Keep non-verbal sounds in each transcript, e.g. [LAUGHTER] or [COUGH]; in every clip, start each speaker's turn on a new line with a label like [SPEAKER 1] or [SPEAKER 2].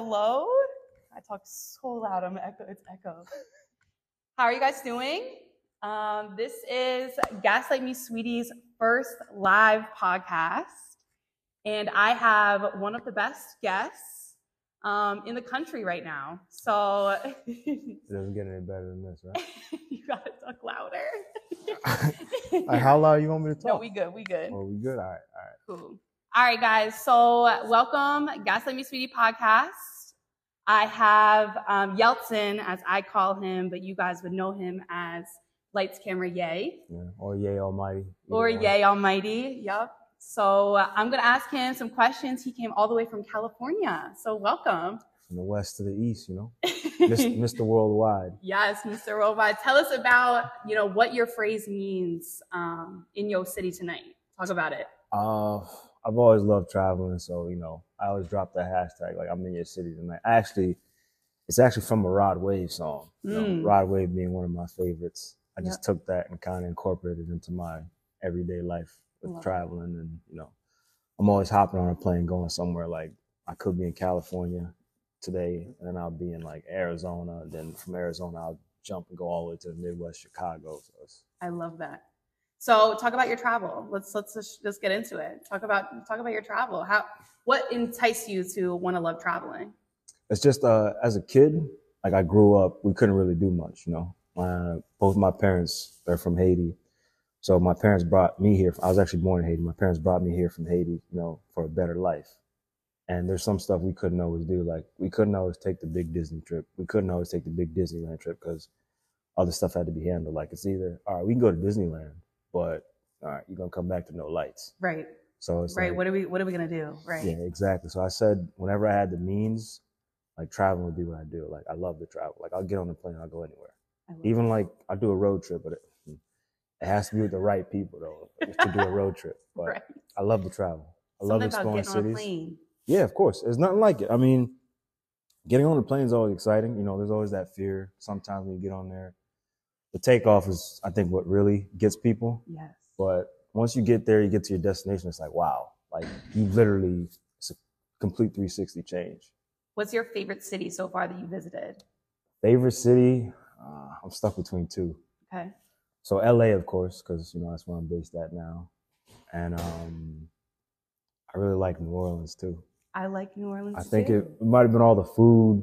[SPEAKER 1] Hello? I talk so loud. I'm echo. It's echo. How are you guys doing? Um, this is Gaslight Me Sweetie's first live podcast. And I have one of the best guests um, in the country right now. So [LAUGHS]
[SPEAKER 2] It doesn't get any better than this, right?
[SPEAKER 1] you got to talk louder. [LAUGHS]
[SPEAKER 2] [LAUGHS] Like, how loud you want me to
[SPEAKER 1] no,
[SPEAKER 2] talk?
[SPEAKER 1] we good. We good.
[SPEAKER 2] Oh, we good. All right, all right.
[SPEAKER 1] Cool. All right, guys. So, welcome, Gaslight Me Sweetie podcast. I have um, Yeltsin, as I call him, but you guys would know him as Lights Camera Yay
[SPEAKER 2] Yeah. Or yay, almighty. either
[SPEAKER 1] or
[SPEAKER 2] one.
[SPEAKER 1] Yay Almighty. Yep. So, uh, I'm going to ask him some questions. He came all the way from California. So, welcome.
[SPEAKER 2] From the west to the east, you
[SPEAKER 1] [LAUGHS]
[SPEAKER 2] know. Mis- Mr. Worldwide.
[SPEAKER 1] yes, Mr. Robot. Tell us about, you know, what your phrase means um, in your city tonight. Talk about it.
[SPEAKER 2] Uh, I've always loved traveling, so you know, I always drop that hashtag like I'm in your city tonight. I actually, it's actually from a Rod Wave song. You know,
[SPEAKER 1] Mm.
[SPEAKER 2] Rod Wave being one of my favorites. I just took that and kind of incorporated it into my everyday life with
[SPEAKER 1] Love it.
[SPEAKER 2] traveling, and you know, I'm always hopping on a plane going somewhere. Like I could be in California today, and then I'll be in like Arizona, and then from Arizona I'll jump and go all the way to the Midwest, Chicago. So it's
[SPEAKER 1] I love that. So talk about your travel. Let's let's just let's get into it. Talk about talk about your travel. How what enticed you to want to love traveling?
[SPEAKER 2] it's just uh, as a kid, like I grew up, we couldn't really do much, you know. My, both my parents are from Haiti, so my parents brought me here. I was actually born in Haiti. My parents brought me here from Haiti, you know, for a better life. And there's some stuff we couldn't always do. Like we couldn't always take the big Disney trip. We couldn't always take the big Disneyland trip because other stuff had to be handled. Like it's either all right, we can go to Disneyland, but all right, you're gonna come back to no lights.
[SPEAKER 1] Right,
[SPEAKER 2] So it's
[SPEAKER 1] right.
[SPEAKER 2] like,
[SPEAKER 1] What are we what are we gonna do? Right.
[SPEAKER 2] yeah, exactly. So I said, whenever I had the means, like traveling would be what I do. Like I love to travel. Like I'll get on the plane, I'll go anywhere.
[SPEAKER 1] I love
[SPEAKER 2] Even like I do a road trip, but it, hmm, it has to be with the right people though to do a
[SPEAKER 1] [LAUGHS]
[SPEAKER 2] road trip.
[SPEAKER 1] it.
[SPEAKER 2] But
[SPEAKER 1] right.
[SPEAKER 2] I love to travel. I love
[SPEAKER 1] Something about
[SPEAKER 2] exploring
[SPEAKER 1] getting on a
[SPEAKER 2] cities.
[SPEAKER 1] plane.
[SPEAKER 2] Yeah, of course. There's nothing like it. I mean, getting on the plane is always exciting. You know, there's always that fear. Sometimes when you get on there, the takeoff is, I think, what really gets people.
[SPEAKER 1] Yes.
[SPEAKER 2] But once you get there, you get to your destination. It's like wow, like you literally it's a complete 360 change.
[SPEAKER 1] What's your favorite city so far that you visited?
[SPEAKER 2] Favorite city? Uh, I'm stuck between two.
[SPEAKER 1] Okay.
[SPEAKER 2] So LA, of course, because you know that's where I'm based at now, and um, I really like New Orleans too.
[SPEAKER 1] I like New Orleans.
[SPEAKER 2] I think it,
[SPEAKER 1] too.
[SPEAKER 2] it might have been all the food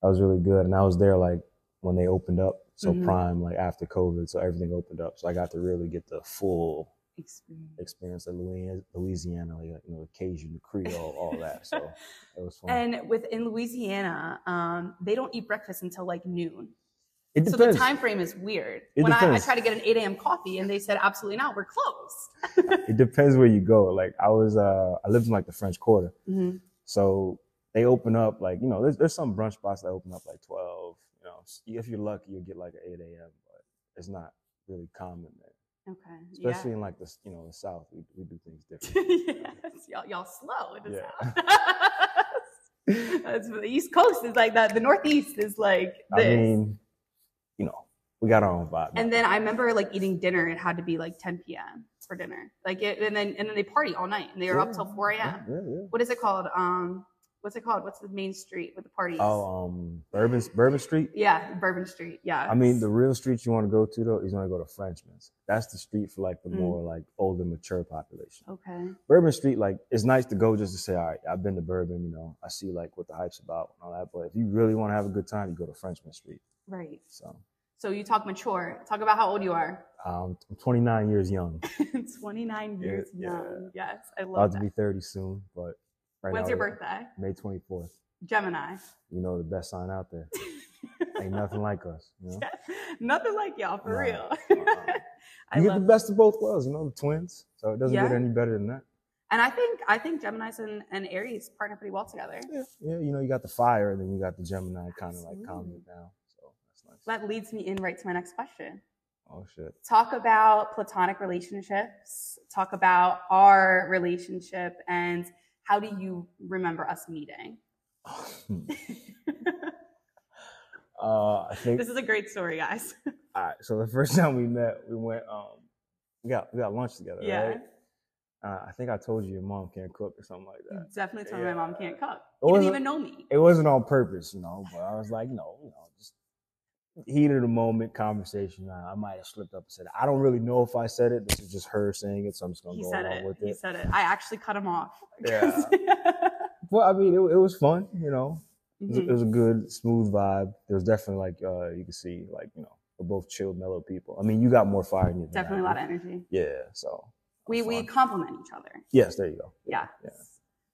[SPEAKER 2] that was really good, and I was there like when they opened up. So
[SPEAKER 1] Mhm.
[SPEAKER 2] prime, like after COVID, so everything opened up. So I got to really get the full
[SPEAKER 1] experience.
[SPEAKER 2] experience of Louisiana, Louisiana like, you know, the Cajun, the Creole, all
[SPEAKER 1] [LAUGHS]
[SPEAKER 2] that. So it was fun.
[SPEAKER 1] And within Louisiana, um, they don't eat breakfast until like noon.
[SPEAKER 2] it
[SPEAKER 1] So the time frame is weird.
[SPEAKER 2] It
[SPEAKER 1] when I, I
[SPEAKER 2] depends.
[SPEAKER 1] tried to get an 8 a.m. coffee and they said, absolutely not, we're closed.
[SPEAKER 2] it depends where you go. Like I was, uh, I lived in like the French Quarter,
[SPEAKER 1] Mhm.
[SPEAKER 2] so they open up like you know, there's there's some brunch spots that open up like twelve. You know, S- if you're lucky, you'll get like an eight a.m. But it's not really common there,
[SPEAKER 1] Okay. yeah.
[SPEAKER 2] especially [LAUGHS] in like the s- you know the South. We we do things different.
[SPEAKER 1] [LAUGHS] yes, y'all, y'all slow in the
[SPEAKER 2] Yeah.
[SPEAKER 1] south. [LAUGHS] That's- the East Coast is like that. The Northeast is like
[SPEAKER 2] I
[SPEAKER 1] this.
[SPEAKER 2] mean, you know, we got our own vibe.
[SPEAKER 1] and then I remember like eating dinner. It had to be like 10 p.m. for dinner. Like it, and then and then they party all night and they were up
[SPEAKER 2] Yeah.
[SPEAKER 1] till 4 a.m.
[SPEAKER 2] yeah, yeah, yeah.
[SPEAKER 1] What is it called? Um, what's it called? What's the main street with the parties?
[SPEAKER 2] Oh, um, Bourbon Bourbon Street.
[SPEAKER 1] yeah, Bourbon Street. Yeah.
[SPEAKER 2] I mean, the real street you want to go to though is you want to go to Frenchman's. That's the street for like the
[SPEAKER 1] Mm.
[SPEAKER 2] more like older, mature population.
[SPEAKER 1] okay.
[SPEAKER 2] Bourbon Street, like it's nice to go just to say, all right, I've been to Bourbon, you know, I see like what the hype's about and all that. But if you really want to have a good time, you go to Frenchman Street.
[SPEAKER 1] Right.
[SPEAKER 2] So
[SPEAKER 1] So you talk mature. Talk about how old you are. [LAUGHS]
[SPEAKER 2] um, I'm 29 years young,
[SPEAKER 1] 29
[SPEAKER 2] Yeah,
[SPEAKER 1] years
[SPEAKER 2] yeah.
[SPEAKER 1] young. Yes, I
[SPEAKER 2] about
[SPEAKER 1] love
[SPEAKER 2] to
[SPEAKER 1] that.
[SPEAKER 2] be 30 soon. But right
[SPEAKER 1] When's
[SPEAKER 2] now,
[SPEAKER 1] your
[SPEAKER 2] yeah,
[SPEAKER 1] birthday?
[SPEAKER 2] May 24th.
[SPEAKER 1] Gemini.
[SPEAKER 2] You know, the best sign out there.
[SPEAKER 1] [LAUGHS]
[SPEAKER 2] Ain't nothing like us. You, [LAUGHS] know? Um,
[SPEAKER 1] Nothing like y'all for
[SPEAKER 2] Nah.
[SPEAKER 1] real.
[SPEAKER 2] Uh-uh.
[SPEAKER 1] I
[SPEAKER 2] you get the
[SPEAKER 1] love
[SPEAKER 2] best of both worlds. You know, the twins. So it doesn't
[SPEAKER 1] Yeah.
[SPEAKER 2] get any better than that.
[SPEAKER 1] and I think I think Gemini's and, and Aries partner pretty well together.
[SPEAKER 2] Yeah, yeah. You know, you got the fire, and then you got the Gemini kind of like
[SPEAKER 1] Absolutely.
[SPEAKER 2] calming it down. So that's nice.
[SPEAKER 1] That leads me in right to my next question.
[SPEAKER 2] oh shit. [LAUGHS]
[SPEAKER 1] Talk about platonic relationships. Talk about our relationship and how do you remember us meeting? [LAUGHS]
[SPEAKER 2] uh, I think
[SPEAKER 1] this is a great story, guys.
[SPEAKER 2] [LAUGHS] All [LAUGHS] right. So the first time we met, we went. Um, we got we got lunch together,
[SPEAKER 1] Yeah.
[SPEAKER 2] right? Uh, I think I told you your mom can't cook or something like
[SPEAKER 1] You
[SPEAKER 2] that.
[SPEAKER 1] definitely told me
[SPEAKER 2] yeah.
[SPEAKER 1] my mom can't cook.
[SPEAKER 2] It
[SPEAKER 1] You didn't
[SPEAKER 2] wasn't-
[SPEAKER 1] even know me.
[SPEAKER 2] It wasn't on purpose, you know, but I was like, no, you know, just heat of the moment conversation. I, I might have slipped up and said it. I don't really know if I said it. This is just her saying it, so I'm just gonna
[SPEAKER 1] He
[SPEAKER 2] go
[SPEAKER 1] said
[SPEAKER 2] along
[SPEAKER 1] it.
[SPEAKER 2] with
[SPEAKER 1] He
[SPEAKER 2] it.
[SPEAKER 1] said it. I actually cut him off. [LAUGHS] Mm-hmm.
[SPEAKER 2] Yeah. [LAUGHS] Well, I mean, it, it was fun, you know. It was, it
[SPEAKER 1] Mhm.
[SPEAKER 2] was a good, smooth vibe. There was definitely like uh, you could see, like you know, we're both chilled, mellow people. I mean, you got more fire in you. than I
[SPEAKER 1] Definitely a
[SPEAKER 2] did.
[SPEAKER 1] lot of energy.
[SPEAKER 2] Yeah. So.
[SPEAKER 1] We we
[SPEAKER 2] Fun.
[SPEAKER 1] complement each other.
[SPEAKER 2] Yes, there you go.
[SPEAKER 1] Yeah.
[SPEAKER 2] Yeah.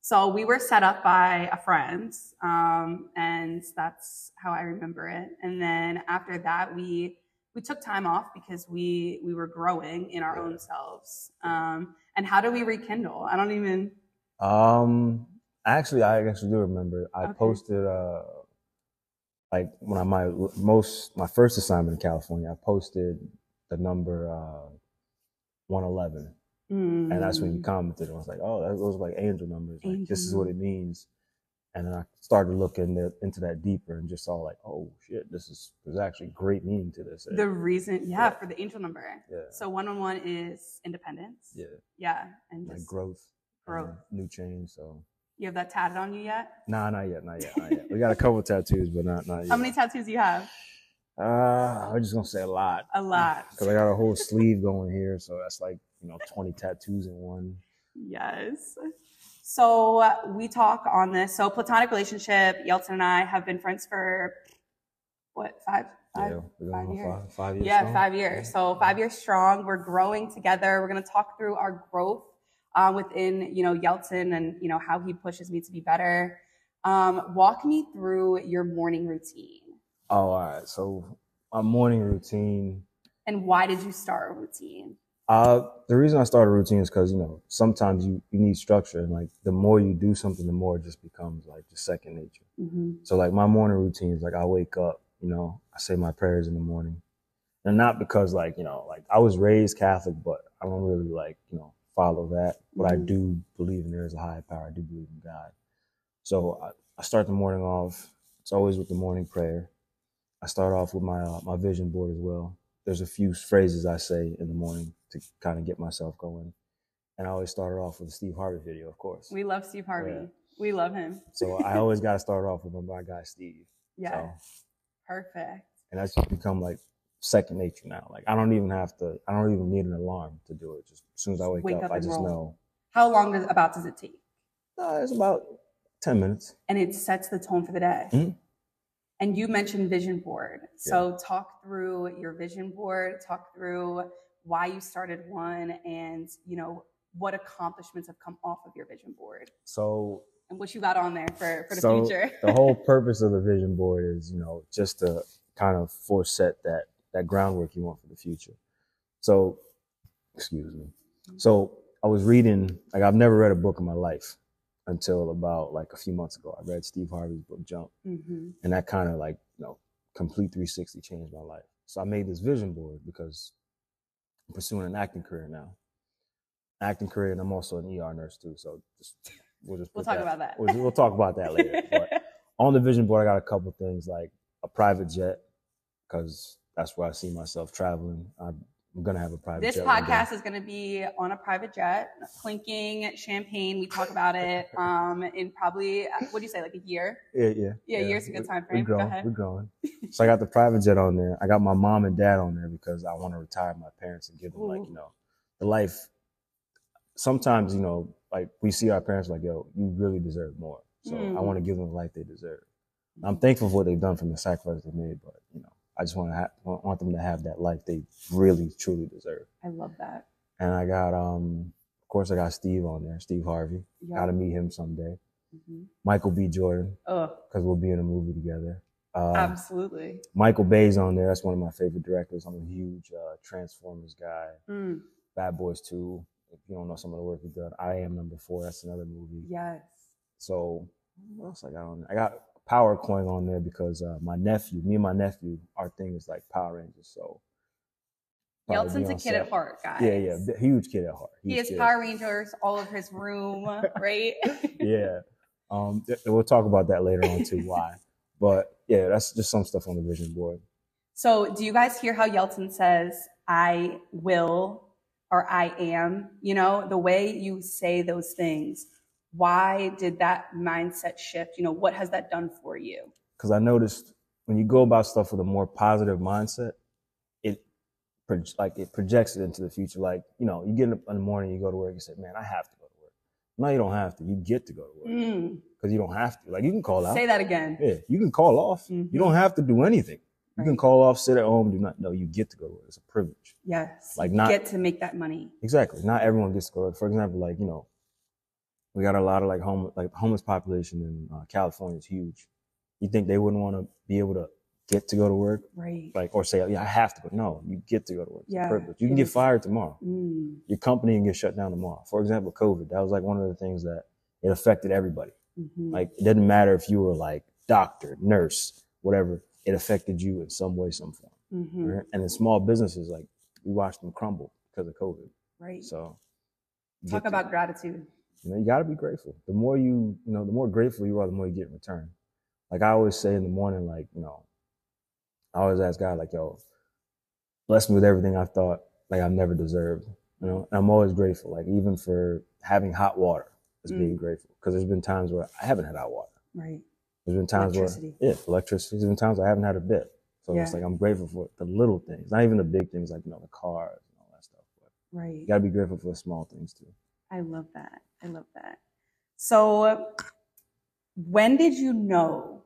[SPEAKER 1] So we were set up by a friend, um, and that's how I remember it. And then after that, we we took time off because we we were growing in our
[SPEAKER 2] Yeah.
[SPEAKER 1] own selves. Um, and how do we rekindle? I don't even.
[SPEAKER 2] Um. Actually, I actually do remember. I
[SPEAKER 1] Okay.
[SPEAKER 2] posted uh, like when I my most my first assignment in California, I posted the number uh, one eleven.
[SPEAKER 1] hmm.
[SPEAKER 2] and that's
[SPEAKER 1] Mm-hmm.
[SPEAKER 2] when you commented. I was like, oh, that those are like angel numbers. Like, This is
[SPEAKER 1] Angel
[SPEAKER 2] what it means. And then I started looking that, into that deeper and just saw like, oh shit, this is there's actually great meaning to this.
[SPEAKER 1] the reason, yeah,
[SPEAKER 2] Yeah.
[SPEAKER 1] for the angel number.
[SPEAKER 2] yeah,
[SPEAKER 1] So one one one is independence.
[SPEAKER 2] yeah,
[SPEAKER 1] Yeah, and
[SPEAKER 2] like
[SPEAKER 1] just
[SPEAKER 2] growth,
[SPEAKER 1] growth.
[SPEAKER 2] uh, new change. So
[SPEAKER 1] You have that tatted on you yet?
[SPEAKER 2] nah, not yet, not yet, not yet. we got a couple tattoos, but not not yet.
[SPEAKER 1] How many tattoos do you have?
[SPEAKER 2] uh, I'm just gonna say a lot
[SPEAKER 1] A
[SPEAKER 2] [LAUGHS]
[SPEAKER 1] lot.
[SPEAKER 2] because I got a whole sleeve going here, so that's like you know 20 tattoos in one.
[SPEAKER 1] Yes. So uh, we talk on this. So platonic relationship. Yeltsin and I have been friends for what five? five
[SPEAKER 2] yeah, we're
[SPEAKER 1] five
[SPEAKER 2] going on
[SPEAKER 1] years.
[SPEAKER 2] five, five years.
[SPEAKER 1] yeah,
[SPEAKER 2] strong?
[SPEAKER 1] five years. So five years strong. We're growing together. We're going to talk through our growth uh, within, you know, Yeltsin and you know how he pushes me to be better. Um, walk me through your morning routine
[SPEAKER 2] Oh, all right. So my morning routine.
[SPEAKER 1] and why did you start a routine?
[SPEAKER 2] Uh, the reason I started routine is because you know sometimes you, you need structure, and like the more you do something, the more it just becomes like just second nature.
[SPEAKER 1] Mhm.
[SPEAKER 2] So like my morning routine is like I wake up, you know, I say my prayers in the morning, and not because like you know like I was raised Catholic, but I don't really like you know follow that. But I
[SPEAKER 1] Mhm.
[SPEAKER 2] do believe in there is a higher power. I do believe in God. So I, I start the morning off. It's always with the morning prayer. I start off with my uh, my vision board as well. There's a few phrases I say in the morning to kind of get myself going, and I always start it off with a Steve Harvey video, of course.
[SPEAKER 1] We love Steve Harvey.
[SPEAKER 2] Yeah.
[SPEAKER 1] We love him.
[SPEAKER 2] So I always got to start off with my guy Steve.
[SPEAKER 1] [LAUGHS] Yeah.
[SPEAKER 2] So,
[SPEAKER 1] Perfect.
[SPEAKER 2] and that's just become like second nature now. Like I don't even have to. I don't even need an alarm to do it. Just as soon as I wake,
[SPEAKER 1] Wake
[SPEAKER 2] up,
[SPEAKER 1] up
[SPEAKER 2] I
[SPEAKER 1] and
[SPEAKER 2] just
[SPEAKER 1] roll.
[SPEAKER 2] know
[SPEAKER 1] How long does, about does it take?
[SPEAKER 2] uh, it's about ten minutes.
[SPEAKER 1] and it sets the tone for the day.
[SPEAKER 2] Mhm.
[SPEAKER 1] And you mentioned vision board. So talk through your vision board, talk through why you started one and, you know, what accomplishments have come off of your vision board
[SPEAKER 2] So
[SPEAKER 1] and what you got on there for, for the
[SPEAKER 2] So,
[SPEAKER 1] future. [LAUGHS]
[SPEAKER 2] the whole purpose of the vision board is, you know, just to kind of foreset that that groundwork you want for the future. So, excuse me. So I was reading, like I've never read a book in my life until about like a few months ago. I read Steve Harvey's book Jump,
[SPEAKER 1] Mhm.
[SPEAKER 2] and that kind of like, you know, complete 360 changed my life. So I made this vision board because I'm pursuing an acting career now. Acting career, and I'm also an ER nurse too. So just [LAUGHS] we'll just
[SPEAKER 1] We'll
[SPEAKER 2] put
[SPEAKER 1] talk about that.
[SPEAKER 2] We'll, we'll talk about that
[SPEAKER 1] [LAUGHS]
[SPEAKER 2] later. But on the vision board, I got a couple things like a private jet because that's where I see myself traveling. I'm, I'm gonna have a private
[SPEAKER 1] this
[SPEAKER 2] jet. one day.
[SPEAKER 1] podcast is going to be on a private jet, clinking champagne. We talk about
[SPEAKER 2] [LAUGHS]
[SPEAKER 1] it um, in probably, uh, what do you say, like a year?
[SPEAKER 2] Yeah, yeah,
[SPEAKER 1] Yeah, year's a good
[SPEAKER 2] We-
[SPEAKER 1] time
[SPEAKER 2] We're
[SPEAKER 1] frame. Go
[SPEAKER 2] growing.
[SPEAKER 1] ahead.
[SPEAKER 2] We're growing. So I got the private jet on there. I got my mom and dad on there because I want to retire my parents and give them like
[SPEAKER 1] Ooh.
[SPEAKER 2] you know the life. Sometimes you know like we see our parents like yo, you really deserve more. So I
[SPEAKER 1] Mm.
[SPEAKER 2] want to give them the life they deserve. I'm thankful for what they've done for me, the sacrifice they made, but you know, I just want to ha- want want them to have that life they really truly deserve.
[SPEAKER 1] I love that.
[SPEAKER 2] And I got, um, of course, I got Steve on there, Steve Harvey.
[SPEAKER 1] Yeah.
[SPEAKER 2] Got to meet him someday.
[SPEAKER 1] Mhm.
[SPEAKER 2] Michael B. Jordan,
[SPEAKER 1] Oh,
[SPEAKER 2] because we'll be in a movie together. Uh,
[SPEAKER 1] absolutely.
[SPEAKER 2] Michael Bay's on there. That's one of my favorite directors. I'm a huge uh, Transformers guy.
[SPEAKER 1] Mm,
[SPEAKER 2] Bad Boys 2. If you don't know some of the work he's done, I Am Number Four. That's another movie.
[SPEAKER 1] yes.
[SPEAKER 2] So what else I got on there? I got Power Coin on there because uh, my nephew, me and my nephew, our thing is like Power Rangers. So probably be
[SPEAKER 1] Yeltsin's a
[SPEAKER 2] on
[SPEAKER 1] kid
[SPEAKER 2] set.
[SPEAKER 1] at heart, guys.
[SPEAKER 2] Yeah, yeah, b- huge kid at heart.
[SPEAKER 1] He
[SPEAKER 2] huge
[SPEAKER 1] is
[SPEAKER 2] kid.
[SPEAKER 1] Power Rangers all of his room,
[SPEAKER 2] [LAUGHS]
[SPEAKER 1] right?
[SPEAKER 2] Yeah, um, th- we'll talk about that later on too.
[SPEAKER 1] [LAUGHS]
[SPEAKER 2] Why? But yeah, that's just some stuff on the vision board.
[SPEAKER 1] So, do you guys hear how Yeltsin says, I will or I am, you know, the way you say those things. Why did that mindset shift? You know, what has that done for you?
[SPEAKER 2] Because I noticed when you go about stuff with a more positive mindset, it pro- like it projects it into the future. Like you know, you get up in the morning, you go to work, you say, "Man, I have to go to work." No, you don't have to. You get to go to work
[SPEAKER 1] Mm,
[SPEAKER 2] because you don't have to. Like you can call out.
[SPEAKER 1] say that again.
[SPEAKER 2] Yeah, you can call off.
[SPEAKER 1] Mhm.
[SPEAKER 2] You don't have to do anything. You can
[SPEAKER 1] Right.
[SPEAKER 2] call off, sit at home, do not. No, you get to go to work. It's a privilege.
[SPEAKER 1] Yes.
[SPEAKER 2] Like not
[SPEAKER 1] Get to make that money.
[SPEAKER 2] Exactly. Not everyone gets to go. For example, like you know, we got a lot of like home like homeless population in uh, California is huge. You think they wouldn't want to be able to get to go to work,
[SPEAKER 1] Right.
[SPEAKER 2] like or say, "Oh, yeah, I have to go. No, you get to go to work. It's a
[SPEAKER 1] Yeah.
[SPEAKER 2] privilege. You
[SPEAKER 1] It
[SPEAKER 2] can get
[SPEAKER 1] is-
[SPEAKER 2] fired tomorrow.
[SPEAKER 1] Mm,
[SPEAKER 2] Your company can get shut down tomorrow. For example, COVID. That was like one of the things that it affected everybody.
[SPEAKER 1] mhm.
[SPEAKER 2] Like it didn't matter if you were like doctor, nurse, whatever. It affected you in some way, some form.
[SPEAKER 1] Mhm.
[SPEAKER 2] Right? And in small businesses, like we watched them crumble because of COVID.
[SPEAKER 1] Right.
[SPEAKER 2] So
[SPEAKER 1] Talk
[SPEAKER 2] get to-
[SPEAKER 1] about gratitude.
[SPEAKER 2] you know, you got to be grateful. The more you, you know, the more grateful you are, the more you get in return. Like I always say in the morning, like, you know, I always ask God, like, yo, bless me with everything I thought like I've never deserved. You know, and I'm always grateful, like even for having hot water is
[SPEAKER 1] Mm.
[SPEAKER 2] being grateful. Because there's been times where I haven't had hot water.
[SPEAKER 1] Right.
[SPEAKER 2] There's been times where
[SPEAKER 1] Electricity.
[SPEAKER 2] yeah, electricity. There's been times I haven't had a bit. So it's
[SPEAKER 1] Yeah.
[SPEAKER 2] like I'm grateful for the little things, not even the big things like you know the cars and all that stuff. But
[SPEAKER 1] Right.
[SPEAKER 2] you gotta be grateful for the small things too.
[SPEAKER 1] I love that. I love that. So, when did you know,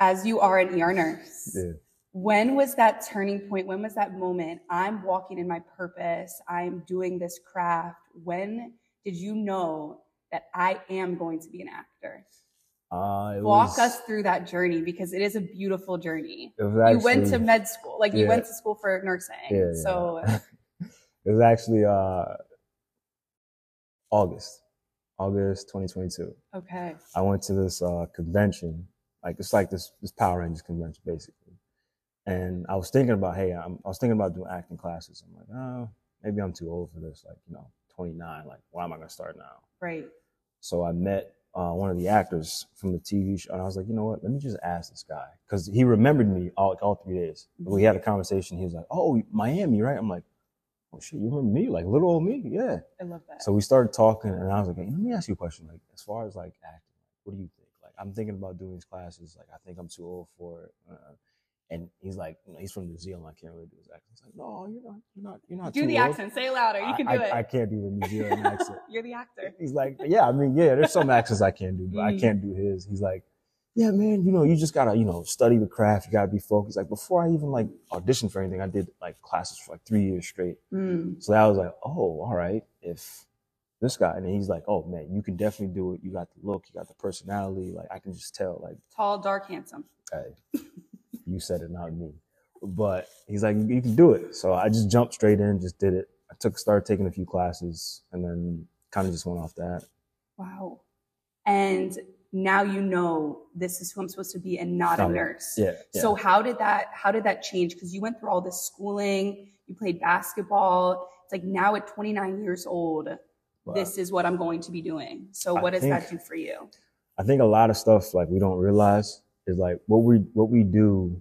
[SPEAKER 1] as you are an ER nurse,
[SPEAKER 2] Yeah.
[SPEAKER 1] when was that turning point? When was that moment? I'm walking in my purpose. I'm doing this craft. When did you know that I am going to be an actor?
[SPEAKER 2] Uh, it
[SPEAKER 1] Walk
[SPEAKER 2] was-
[SPEAKER 1] us through that journey because it is a beautiful journey.
[SPEAKER 2] it was
[SPEAKER 1] you went to
[SPEAKER 2] actually-
[SPEAKER 1] med school, like you
[SPEAKER 2] yeah.
[SPEAKER 1] went to school for nursing.
[SPEAKER 2] Yeah, yeah,
[SPEAKER 1] so,
[SPEAKER 2] [LAUGHS] It was actually uh, August, August 2022.
[SPEAKER 1] okay.
[SPEAKER 2] I went to this uh, convention, like it's like this this Power Rangers convention basically. And I was thinking about, hey, I'm, I was thinking about doing acting classes. I'm like, oh, maybe I'm too old for this. Like, you know, 29. Like, why am I gonna start now?
[SPEAKER 1] Right.
[SPEAKER 2] So I met uh, one of the actors from the TV show, and I was like, you know what? Let me just ask this guy because he remembered me all all three days. We
[SPEAKER 1] Mm-hmm.
[SPEAKER 2] had a conversation. He was like, oh, Miami, right? I'm like, oh shit, you remember me? Like little old me? Yeah.
[SPEAKER 1] I love that.
[SPEAKER 2] So we started talking, and I was like, hey, let me ask you a question. Like, as far as like acting, what do you think? Like, I'm thinking about doing these classes. Like, I think I'm too old for it. Uh, and he's like, you know, he's from New Zealand. I can't really do his accent. He's like, no, you're not, you're not, you're not
[SPEAKER 1] do
[SPEAKER 2] too
[SPEAKER 1] the
[SPEAKER 2] old.
[SPEAKER 1] accent. Say it louder. You can
[SPEAKER 2] I,
[SPEAKER 1] do
[SPEAKER 2] I,
[SPEAKER 1] it.
[SPEAKER 2] I can't do the New Zealand accent.
[SPEAKER 1] [LAUGHS] You're the actor.
[SPEAKER 2] He's like, yeah, I mean, yeah, there's some accents I can't do, but I
[SPEAKER 1] Mm.
[SPEAKER 2] can't do his. He's like, yeah, man, you know, you just gotta, you know, study the craft. You gotta be focused. Like before I even like auditioned for anything, I did like classes for like three years straight.
[SPEAKER 1] Hmm.
[SPEAKER 2] So that was like, oh, all right, if this guy, and he's like, oh man, you can definitely do it. You got the look, you got the personality. Like I can just tell, like,
[SPEAKER 1] Tall, dark, handsome.
[SPEAKER 2] hey, you said it, not me. But he's like, you can do it. So I just jumped straight in, just did it. I took, started taking a few classes, and then kind of just went off that.
[SPEAKER 1] Wow. And now you know this is who I'm supposed to be and not a
[SPEAKER 2] Oh,
[SPEAKER 1] nurse.
[SPEAKER 2] Yeah. yeah.
[SPEAKER 1] So how did that how did that change? Because you went through all this schooling, you played basketball. It's like now at 29 years old,
[SPEAKER 2] But
[SPEAKER 1] this is what I'm going to be doing. So
[SPEAKER 2] I
[SPEAKER 1] what does that do
[SPEAKER 2] think-
[SPEAKER 1] for you?
[SPEAKER 2] I think a lot of stuff like we don't realize is like what we what we do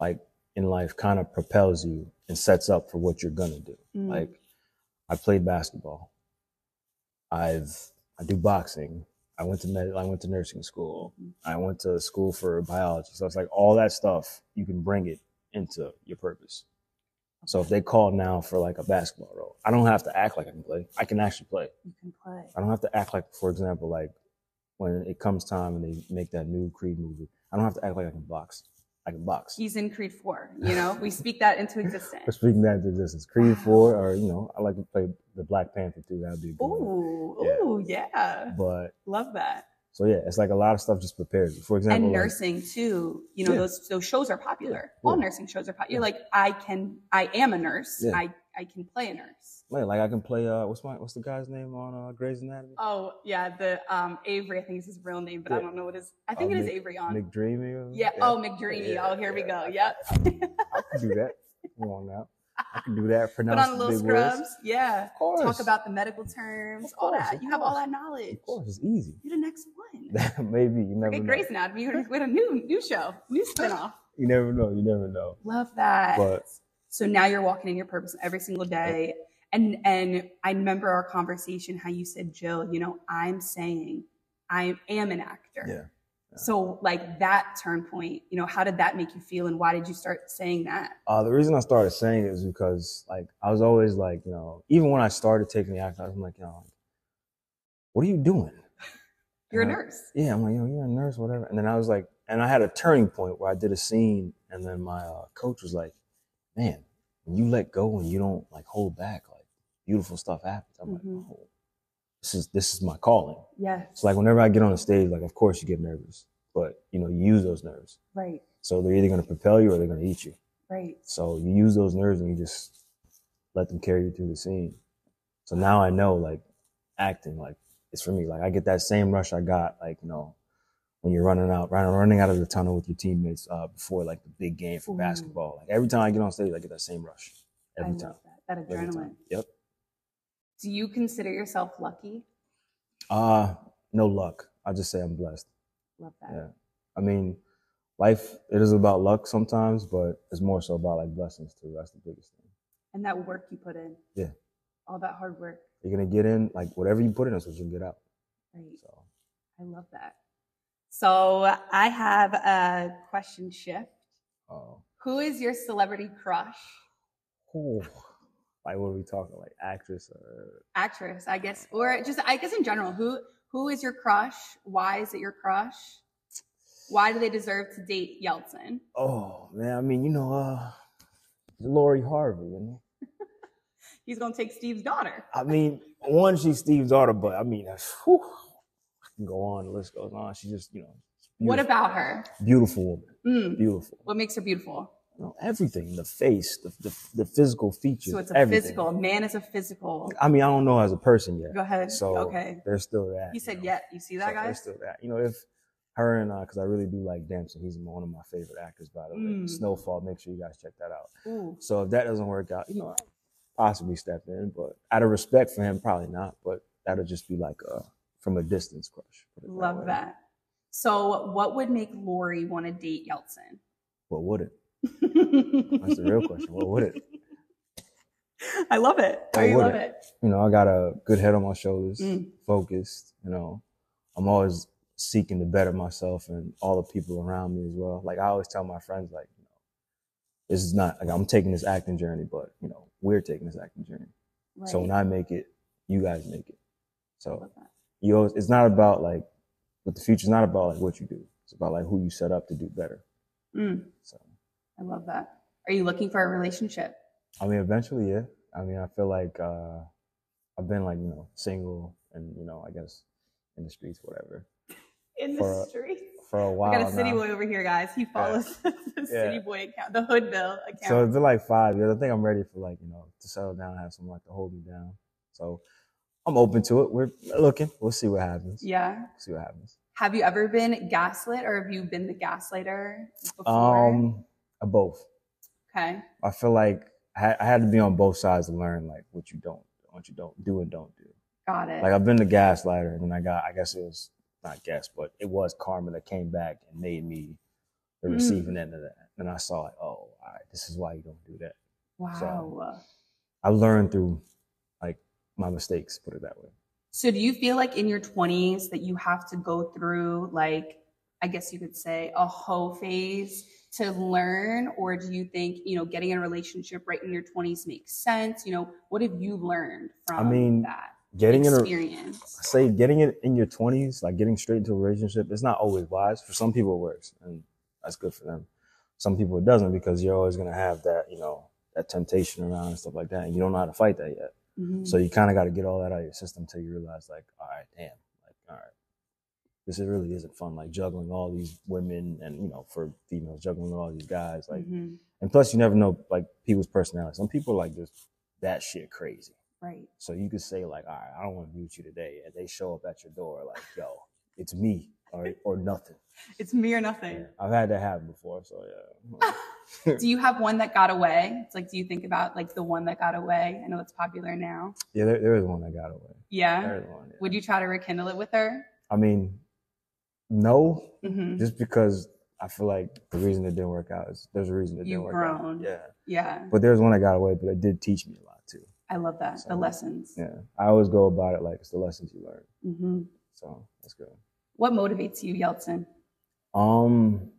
[SPEAKER 2] like in life kind of propels you and sets up for what you're gonna do.
[SPEAKER 1] Mm.
[SPEAKER 2] Like I played basketball. I've I do boxing. I went to med I went to nursing school.
[SPEAKER 1] Mm-hmm.
[SPEAKER 2] I went to school for biology. So it's like all that stuff you can bring it into your purpose. So if they call now for like a basketball role, I don't have to act like I can play. I can actually play.
[SPEAKER 1] You can play.
[SPEAKER 2] I don't have to act like, for example, like when it comes time and they make that new Creed movie, I don't have to act like I can box. I can box.
[SPEAKER 1] He's in Creed 4, you know? we speak that
[SPEAKER 2] [LAUGHS]
[SPEAKER 1] into
[SPEAKER 2] We're
[SPEAKER 1] existence.
[SPEAKER 2] speaking that into existence. Creed 4, or, you know, I like to play the Black Panther too. That'd be a good one.
[SPEAKER 1] Ooh,
[SPEAKER 2] Yeah.
[SPEAKER 1] ooh, yeah.
[SPEAKER 2] But,
[SPEAKER 1] Love that.
[SPEAKER 2] so yeah, it's like a lot of stuff just prepares you. For example,
[SPEAKER 1] and
[SPEAKER 2] like,
[SPEAKER 1] nursing too you know
[SPEAKER 2] Yeah.
[SPEAKER 1] those those shows are popular
[SPEAKER 2] Yeah,
[SPEAKER 1] all
[SPEAKER 2] yeah.
[SPEAKER 1] nursing shows are popular you're like i can i am a nurse
[SPEAKER 2] Yeah.
[SPEAKER 1] i i can play a nurse
[SPEAKER 2] man, like I can play, uh, what's my, what's the guy's name on uh, Grey's Anatomy?
[SPEAKER 1] oh yeah the um avery i think is his real name but i
[SPEAKER 2] Yeah.
[SPEAKER 1] don't know what his i think
[SPEAKER 2] Uh,
[SPEAKER 1] it is
[SPEAKER 2] Mc-
[SPEAKER 1] avery on
[SPEAKER 2] McDreamy? or-
[SPEAKER 1] yeah. oh mcdreamy
[SPEAKER 2] Yeah,
[SPEAKER 1] oh here we go
[SPEAKER 2] yeah.
[SPEAKER 1] yep
[SPEAKER 2] I can do
[SPEAKER 1] [LAUGHS]
[SPEAKER 2] that. Come on now. I can do that.
[SPEAKER 1] put
[SPEAKER 2] Pronounce
[SPEAKER 1] on a
[SPEAKER 2] the
[SPEAKER 1] little
[SPEAKER 2] big words.
[SPEAKER 1] scrubs yeah
[SPEAKER 2] Of course.
[SPEAKER 1] talk about the medical terms
[SPEAKER 2] Of
[SPEAKER 1] all
[SPEAKER 2] course,
[SPEAKER 1] that
[SPEAKER 2] of
[SPEAKER 1] you have all
[SPEAKER 2] course.
[SPEAKER 1] that knowledge
[SPEAKER 2] Of course, it's easy. [LAUGHS]
[SPEAKER 1] you're the next one
[SPEAKER 2] Maybe you never
[SPEAKER 1] Hey,
[SPEAKER 2] know.
[SPEAKER 1] Grey's Anatomy,
[SPEAKER 2] [LAUGHS]
[SPEAKER 1] we had a new new show, new spinoff.
[SPEAKER 2] You never know. You never know.
[SPEAKER 1] Love that.
[SPEAKER 2] But-
[SPEAKER 1] So now you're walking in your purpose every single day. And and I remember our conversation how you said, Jill, you know, I'm saying I am an actor.
[SPEAKER 2] Yeah.
[SPEAKER 1] So like that turn point, you know, how did that make you feel and why did you start saying that?
[SPEAKER 2] Uh, the reason I started saying it is because like I was always like, you know, even when I started taking the act, I'm like, you know, what are you doing?
[SPEAKER 1] [LAUGHS] You're a
[SPEAKER 2] And I-
[SPEAKER 1] nurse.
[SPEAKER 2] Yeah, I'm like, yo, you're a nurse, whatever. And then I was like, and I had a turning point where I did a scene, and then my uh, coach was like, man, when you let go and you don't like hold back, like beautiful stuff happens. I'm
[SPEAKER 1] Mhm.
[SPEAKER 2] like, oh, this is this is my calling.
[SPEAKER 1] Yes.
[SPEAKER 2] It's like whenever I get on the stage, like of course you get nervous, but you know you use those nerves.
[SPEAKER 1] right,
[SPEAKER 2] So they're either gonna propel you or they're gonna eat you.
[SPEAKER 1] right.
[SPEAKER 2] So you use those nerves and you just let them carry you through the scene. So now I know like acting, like it's for me. Like I get that same rush I got, like, you know, when you're running out, running, running out of the tunnel with your teammates uh, before like the big game for
[SPEAKER 1] Ooh.
[SPEAKER 2] basketball. Like every time I get on stage, I get that same rush. Every
[SPEAKER 1] I
[SPEAKER 2] time.
[SPEAKER 1] love that. That
[SPEAKER 2] Every
[SPEAKER 1] adrenaline.
[SPEAKER 2] time. Yep.
[SPEAKER 1] Do you consider yourself lucky?
[SPEAKER 2] Uh, no luck. I just say I'm blessed.
[SPEAKER 1] Love that.
[SPEAKER 2] Yeah. I mean, life, it is about luck sometimes, but it's more so about like blessings too. That's the biggest thing.
[SPEAKER 1] And that work you put in.
[SPEAKER 2] Yeah.
[SPEAKER 1] All that hard work.
[SPEAKER 2] You're going to get in, like whatever you put in, that's what you'll get out.
[SPEAKER 1] Right.
[SPEAKER 2] So.
[SPEAKER 1] I love that. So I have a question shift.
[SPEAKER 2] Oh.
[SPEAKER 1] Who is your celebrity crush?
[SPEAKER 2] Like what are we talking? Like actress or
[SPEAKER 1] Actress, I guess, or just I guess in general, who who is your crush? Why is it your crush? Why do they deserve to date Yeltsin?
[SPEAKER 2] Oh man, I mean, you know, uh Lori Harvey, you know.
[SPEAKER 1] He's gonna take Steve's daughter.
[SPEAKER 2] I mean, one, she's Steve's daughter, but I mean whew, I can go on, the list goes on. She's just, you know,
[SPEAKER 1] What
[SPEAKER 2] beautiful,
[SPEAKER 1] about her?
[SPEAKER 2] beautiful woman.
[SPEAKER 1] Mm,
[SPEAKER 2] Beautiful.
[SPEAKER 1] what makes her beautiful?
[SPEAKER 2] You know, everything, the face, the the, the physical features.
[SPEAKER 1] So it's a
[SPEAKER 2] everything.
[SPEAKER 1] physical. Man is a physical.
[SPEAKER 2] I mean, I don't know as a person yet.
[SPEAKER 1] Go ahead.
[SPEAKER 2] So
[SPEAKER 1] okay.
[SPEAKER 2] there's still that.
[SPEAKER 1] You said
[SPEAKER 2] know.
[SPEAKER 1] yet. You see
[SPEAKER 2] So
[SPEAKER 1] that,
[SPEAKER 2] there's
[SPEAKER 1] guys?
[SPEAKER 2] Still that. You know, if her and I, because I really do like Dempsey, he's one of my favorite actors, by the way.
[SPEAKER 1] Mm.
[SPEAKER 2] Snowfall, make sure you guys check that out.
[SPEAKER 1] Ooh,
[SPEAKER 2] So if that doesn't work out, you know, I possibly step in, but out of respect for him, probably not. But that'll just be like a from a distance crush. put it
[SPEAKER 1] love
[SPEAKER 2] way.
[SPEAKER 1] that. So, what would make Lori want to date Yeltsin?
[SPEAKER 2] What would it? That's the
[SPEAKER 1] [LAUGHS]
[SPEAKER 2] real question. What would it?
[SPEAKER 1] I love it.
[SPEAKER 2] What
[SPEAKER 1] I
[SPEAKER 2] would
[SPEAKER 1] love it.
[SPEAKER 2] it? You know, I got a good head on my shoulders,
[SPEAKER 1] Mm.
[SPEAKER 2] focused. You know, I'm always seeking to better myself and all the people around me as well. Like I always tell my friends, like, you know, this is not like I'm taking this acting journey, but you know, we're taking this acting journey. So when
[SPEAKER 1] Right.
[SPEAKER 2] I make it, you guys make it.
[SPEAKER 1] I
[SPEAKER 2] So
[SPEAKER 1] love that.
[SPEAKER 2] you always, it's not about like what the future's not about like what you do. It's about like who you set up to do better.
[SPEAKER 1] Mm,
[SPEAKER 2] So
[SPEAKER 1] I love that. Are you looking for a relationship?
[SPEAKER 2] I mean eventually, yeah. I mean I feel like uh I've been like, you know, single and you know, I guess in the streets, whatever.
[SPEAKER 1] In
[SPEAKER 2] the For a
[SPEAKER 1] street.
[SPEAKER 2] For a
[SPEAKER 1] We
[SPEAKER 2] while.
[SPEAKER 1] got a city
[SPEAKER 2] now.
[SPEAKER 1] boy over here, guys. He follows [LAUGHS] the
[SPEAKER 2] Yeah.
[SPEAKER 1] city boy account, the Hoodville account.
[SPEAKER 2] So it's been like five years. I think I'm ready for like, you know, to settle down, have someone like to hold me down. So I'm open to it. We're looking. We'll see what happens.
[SPEAKER 1] yeah.
[SPEAKER 2] See what happens.
[SPEAKER 1] Have you ever been gaslit, or have you been the gaslighter before?
[SPEAKER 2] Um uh, both.
[SPEAKER 1] okay.
[SPEAKER 2] I feel like I had, I had to be on both sides to learn like what you don't what you don't do and don't do.
[SPEAKER 1] Got it.
[SPEAKER 2] Like I've been the gaslighter, and then I got I guess it was not guess, but it was karma that came back and made me the
[SPEAKER 1] Mm.
[SPEAKER 2] receiving end of that. And I saw like, oh, all right, this is why you don't do that.
[SPEAKER 1] wow. So.
[SPEAKER 2] I learned through like my mistakes, put it that way.
[SPEAKER 1] do you feel like in your 20s that you have to go through, like, I guess you could say a hoe phase to learn? Or do you think, you know, getting in a relationship right in your 20s makes sense? You know, what have you learned from
[SPEAKER 2] mean,
[SPEAKER 1] that
[SPEAKER 2] Getting in a I
[SPEAKER 1] experience?
[SPEAKER 2] say getting it in your twenties, like getting straight into a relationship, it's not always wise. For some people, it works, and that's good for them. Some people, it doesn't because you're always gonna have that, you know, that temptation around and stuff like that, and you don't know how to fight that yet.
[SPEAKER 1] Mhm.
[SPEAKER 2] So you kind of got to get all that out of your system until you realize, like, all right, damn, like, all right, this is- really isn't fun. Like juggling all these women, and you know, for females, juggling all these guys, like,
[SPEAKER 1] Mhm.
[SPEAKER 2] and plus you never know like people's personality. Some people are, like just that shit crazy.
[SPEAKER 1] right.
[SPEAKER 2] So you could say like, all right, I don't want to be with you today, and they show up at your door like, yo, it's me or or nothing.
[SPEAKER 1] It's me or nothing.
[SPEAKER 2] Yeah, I've had that happen before, so yeah.
[SPEAKER 1] Do you have one that got away? It's like, do you think about like the one that got away? I know it's popular now.
[SPEAKER 2] yeah, there, there is one that got away.
[SPEAKER 1] Yeah.
[SPEAKER 2] There is one. yeah.
[SPEAKER 1] Would you try to rekindle it with her?
[SPEAKER 2] I mean, no,
[SPEAKER 1] hmm
[SPEAKER 2] just because I feel like the reason it didn't work out is there's a reason it didn't
[SPEAKER 1] You've
[SPEAKER 2] work
[SPEAKER 1] grown.
[SPEAKER 2] out. Yeah.
[SPEAKER 1] Yeah.
[SPEAKER 2] But there's one I got away, but it did teach me a lot too.
[SPEAKER 1] I love that. The
[SPEAKER 2] So-
[SPEAKER 1] lessons.
[SPEAKER 2] Yeah. I always go about it like it's the lessons you learn.
[SPEAKER 1] hmm
[SPEAKER 2] So that's good.
[SPEAKER 1] What motivates you, Yeltsin?
[SPEAKER 2] Um,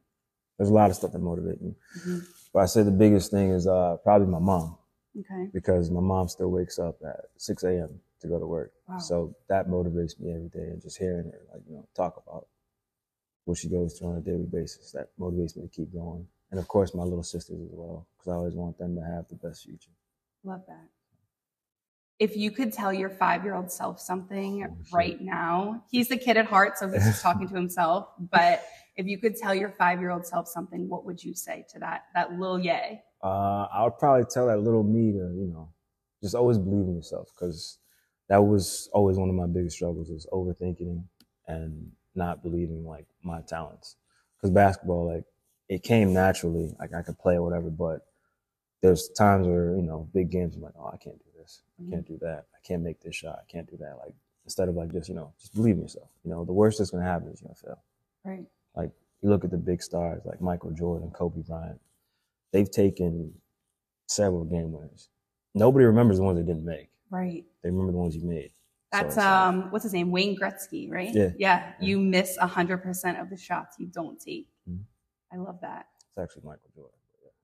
[SPEAKER 2] there's a lot of stuff that motivates me.
[SPEAKER 1] Mhm.
[SPEAKER 2] But I say the biggest thing is uh, probably my mom
[SPEAKER 1] Okay.
[SPEAKER 2] because my mom still wakes up at 6 a.m. to go to work.
[SPEAKER 1] Wow.
[SPEAKER 2] So that motivates me every day. And just hearing her, like, you know, talk about what she goes through on a daily basis, that motivates me to keep going. And of course, my little sisters as well, because I always want them to have the best future.
[SPEAKER 1] Love that. If you could tell your five year old self something
[SPEAKER 2] Oh, shit.
[SPEAKER 1] right now, he's the kid at heart, so he's just talking to himself. But if you could tell your five year old self something, what would you say to that that little yay?
[SPEAKER 2] Uh, I would probably tell that little me to, you know, just always believe in yourself, because that was always one of my biggest struggles is overthinking and not believing like my talents. Because basketball, like, it came naturally. Like I could play or whatever, but there's times where you know big games. I'm like, oh, I can't do this. I can't do that. I can't make this shot. I can't do that. Like instead of like just you know just believe in yourself. You know the worst that's gonna happen is you're gonna fail.
[SPEAKER 1] Right.
[SPEAKER 2] You look at the big stars like Michael Jordan, Kobe Bryant. They've taken several game winners. Nobody remembers the ones they didn't make.
[SPEAKER 1] Right.
[SPEAKER 2] They remember the ones you made. So
[SPEAKER 1] That's
[SPEAKER 2] it's like-
[SPEAKER 1] um what's his name? Wayne Gretzky, right?
[SPEAKER 2] Yeah.
[SPEAKER 1] Yeah.
[SPEAKER 2] Yeah.
[SPEAKER 1] You miss hundred percent of the shots you don't take.
[SPEAKER 2] Mhm.
[SPEAKER 1] I love that.
[SPEAKER 2] It's actually Michael Jordan.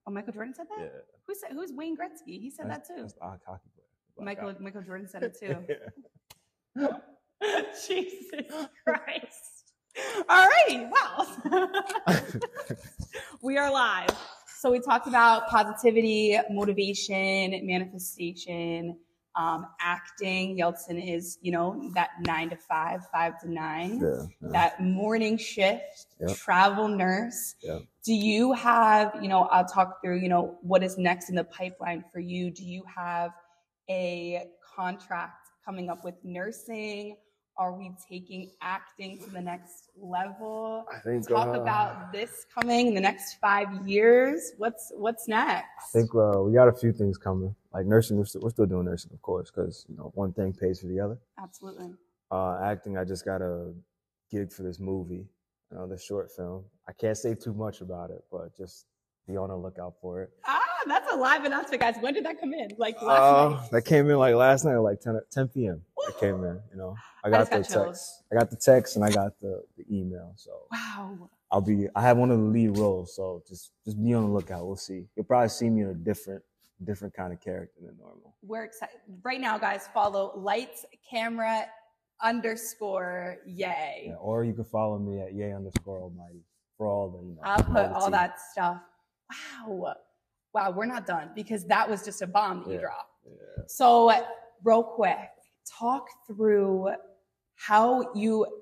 [SPEAKER 1] Oh, Michael Jordan said that?
[SPEAKER 2] Yeah,
[SPEAKER 1] Who said who's Wayne Gretzky? He said that too.
[SPEAKER 2] That's the hockey player. Black
[SPEAKER 1] Michael Michael Jordan said it
[SPEAKER 2] [LAUGHS]
[SPEAKER 1] too. [LAUGHS]
[SPEAKER 2] guy.
[SPEAKER 1] Jesus Christ. All righty. Well, [LAUGHS] we are live. So we talked about positivity, motivation, manifestation, um, acting. Yeltsin is, you know, that nine to five, five to nine,
[SPEAKER 2] yeah, yeah.
[SPEAKER 1] that morning shift,
[SPEAKER 2] Yep.
[SPEAKER 1] travel nurse.
[SPEAKER 2] Yep.
[SPEAKER 1] Do you have, you know, I'll talk through, you know, what is next in the pipeline for you? Do you have a contract coming up with nursing? Are we taking acting to the next level?
[SPEAKER 2] I think
[SPEAKER 1] Talk
[SPEAKER 2] uh,
[SPEAKER 1] about this coming in the next five years. What's what's
[SPEAKER 2] I
[SPEAKER 1] next?
[SPEAKER 2] think uh, we got a few things coming. Like nursing, we're still, we're still doing nursing, of course, because you know one thing pays for the other.
[SPEAKER 1] Absolutely.
[SPEAKER 2] Uh, acting, I just got a gig for this movie, you know, this short film. I can't say too much about it, but just be on the lookout for it.
[SPEAKER 1] Ah, that's a live announcement, guys. When did that come in? Like last
[SPEAKER 2] Uh,
[SPEAKER 1] night.
[SPEAKER 2] that came in like last night, at like 10, 10 p.m. It came in, you know. I got
[SPEAKER 1] just
[SPEAKER 2] the
[SPEAKER 1] got chills.
[SPEAKER 2] text. I got the text and I got the, the email. So
[SPEAKER 1] Wow.
[SPEAKER 2] I'll be. I have one of the lead roles, so just just be on the lookout. We'll see. You'll probably see me in a different different kind of character than normal.
[SPEAKER 1] We're excited right now, guys. Follow lights, camera, underscore, yay.
[SPEAKER 2] Yeah, or you can follow me at yay underscore almighty for all the you know.
[SPEAKER 1] I'll put all
[SPEAKER 2] tea.
[SPEAKER 1] that stuff. Wow. Wow, we're not done because that was just a bomb that you
[SPEAKER 2] Yeah.
[SPEAKER 1] dropped.
[SPEAKER 2] Yeah.
[SPEAKER 1] So, real quick, talk through how you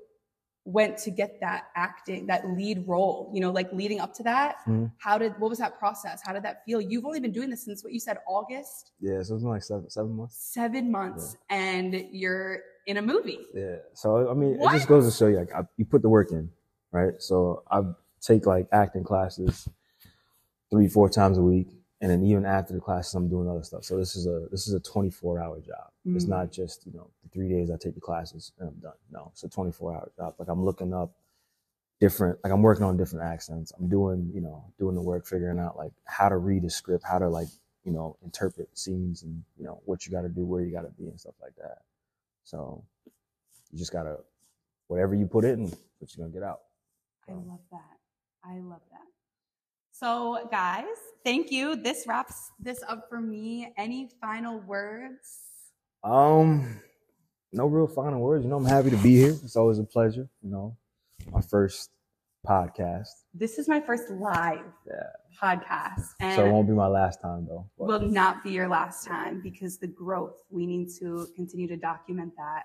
[SPEAKER 1] went to get that acting, that lead role, you know, like leading up to that.
[SPEAKER 2] Mhm.
[SPEAKER 1] How did, what was that process? How did that feel? You've only been doing this since what you said, August,
[SPEAKER 2] Yeah, so it's been like seven seven months.
[SPEAKER 1] seven months, and you're in a movie.
[SPEAKER 2] Yeah. So I mean, it
[SPEAKER 1] What?
[SPEAKER 2] just goes to show you, like, I, you put the work in, right? So I take like acting classes three, four times a week, and then even after the classes, I'm doing other stuff. So this is a this is a 24 hour job. It's
[SPEAKER 1] Mm.
[SPEAKER 2] not just you know the three days I take the classes and I'm done. No, it's a 24 hour job. Like I'm looking up different, like I'm working on different accents. I'm doing you know doing the work, figuring out like how to read a script, how to like you know interpret scenes, and you know what you got to do, where you got to be, and stuff like that. So you just gotta whatever you put in, what you're gonna get out.
[SPEAKER 1] I
[SPEAKER 2] So,
[SPEAKER 1] love that. I love that. So, guys, thank you. This wraps this up for me. Any final words?
[SPEAKER 2] Um, no real final words. You know, I'm happy to be here. It's always a pleasure. You know, my first podcast,
[SPEAKER 1] This is my first live
[SPEAKER 2] Yeah.
[SPEAKER 1] podcast, and
[SPEAKER 2] so it won't be my last time though. But
[SPEAKER 1] will not be your last time because the growth we need to continue to document that.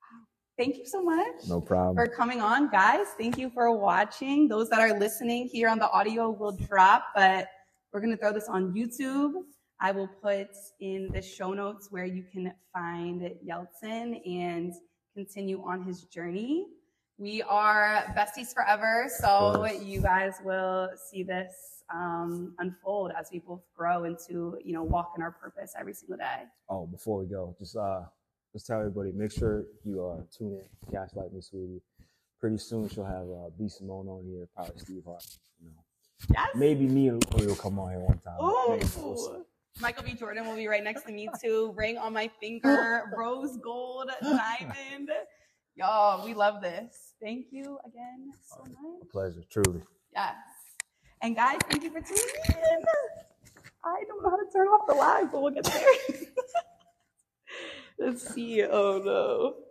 [SPEAKER 1] Wow. Thank you so much.
[SPEAKER 2] no problem.
[SPEAKER 1] for coming on, guys. Thank you for watching. Those that are listening here on the audio will drop, but we're going to throw this on YouTube. I will put in the show notes where you can find Yeltsin and continue on his journey. We are besties forever, so
[SPEAKER 2] Of course.
[SPEAKER 1] you guys will see this um, unfold as we both grow into, you know, walk in our purpose every single day.
[SPEAKER 2] Oh, before we go, just uh, just tell everybody, make sure you are uh, tune in. Gaslight me, sweetie. pretty soon she'll have uh, B Simone on here, probably Steve Harvey. You know,
[SPEAKER 1] Yes.
[SPEAKER 2] maybe me and Lori will come on here one time.
[SPEAKER 1] Oh.
[SPEAKER 2] Maybe we'll see.
[SPEAKER 1] Ooh. Michael B. Jordan will be right next to me too. Ring on my finger, rose gold, diamond. Y'all, we love this. Thank you again so
[SPEAKER 2] A
[SPEAKER 1] much.
[SPEAKER 2] pleasure, truly.
[SPEAKER 1] Yes. And guys, thank you for tuning in. I don't know how to [LAUGHS] turn off the live, but we'll get there. Let's see. Oh no.